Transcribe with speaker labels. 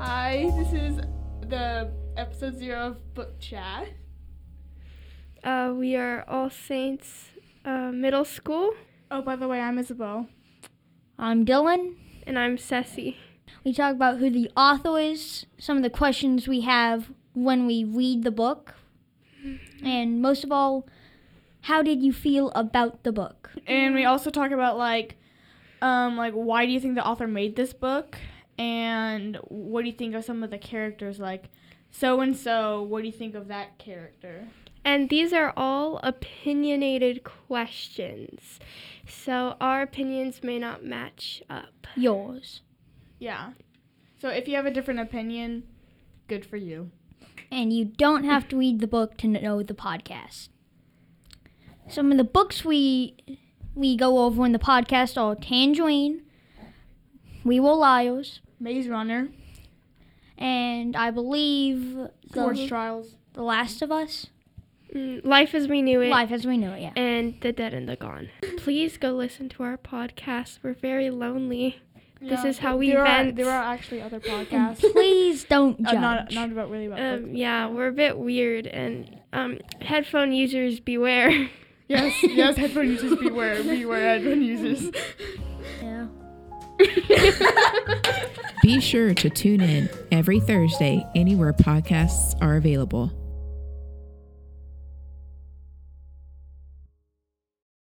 Speaker 1: Hi, this is the episode zero of Book Chat.
Speaker 2: Uh, we are All Saints uh, Middle School,
Speaker 1: Oh, by the way, I'm Isabel.
Speaker 3: I'm Um, Dylan.
Speaker 2: and I'm Ceci.
Speaker 3: We talk about who the author is, some of the questions we have when we read the book, and most of all, how did you feel about the book?
Speaker 1: And we also talk about like, um, like why do you think the author made this book, and what do you think of some of the characters like, so and so. What do you think of that character?
Speaker 2: And these are all opinionated questions, so our opinions may not match up.
Speaker 3: Yours.
Speaker 1: Yeah. So if you have a different opinion, good for you.
Speaker 3: And you don't have to read the book to know the podcast. Some of the books we we go over in the podcast are Tangerine, We Were Liars,
Speaker 1: Maze Runner,
Speaker 3: and I believe
Speaker 1: Forge
Speaker 3: the,
Speaker 1: Trials.
Speaker 3: the Last of Us.
Speaker 2: Mm, Life as we knew it.
Speaker 3: Life as we know it, yeah.
Speaker 2: And the dead and the gone. Please go listen to our podcast. We're very lonely. This is how we
Speaker 1: there Are,
Speaker 2: vent.
Speaker 1: there are actually other
Speaker 3: And
Speaker 1: podcasts.
Speaker 3: please don't
Speaker 1: Uh,
Speaker 3: judge.
Speaker 1: not not about really about books.
Speaker 2: Um, yeah, we're a bit weird, and um, headphone users beware.
Speaker 1: Yes, yes, headphone users beware, beware headphone users.
Speaker 3: yeah.
Speaker 4: Be sure to tune in every Thursday anywhere podcasts are available.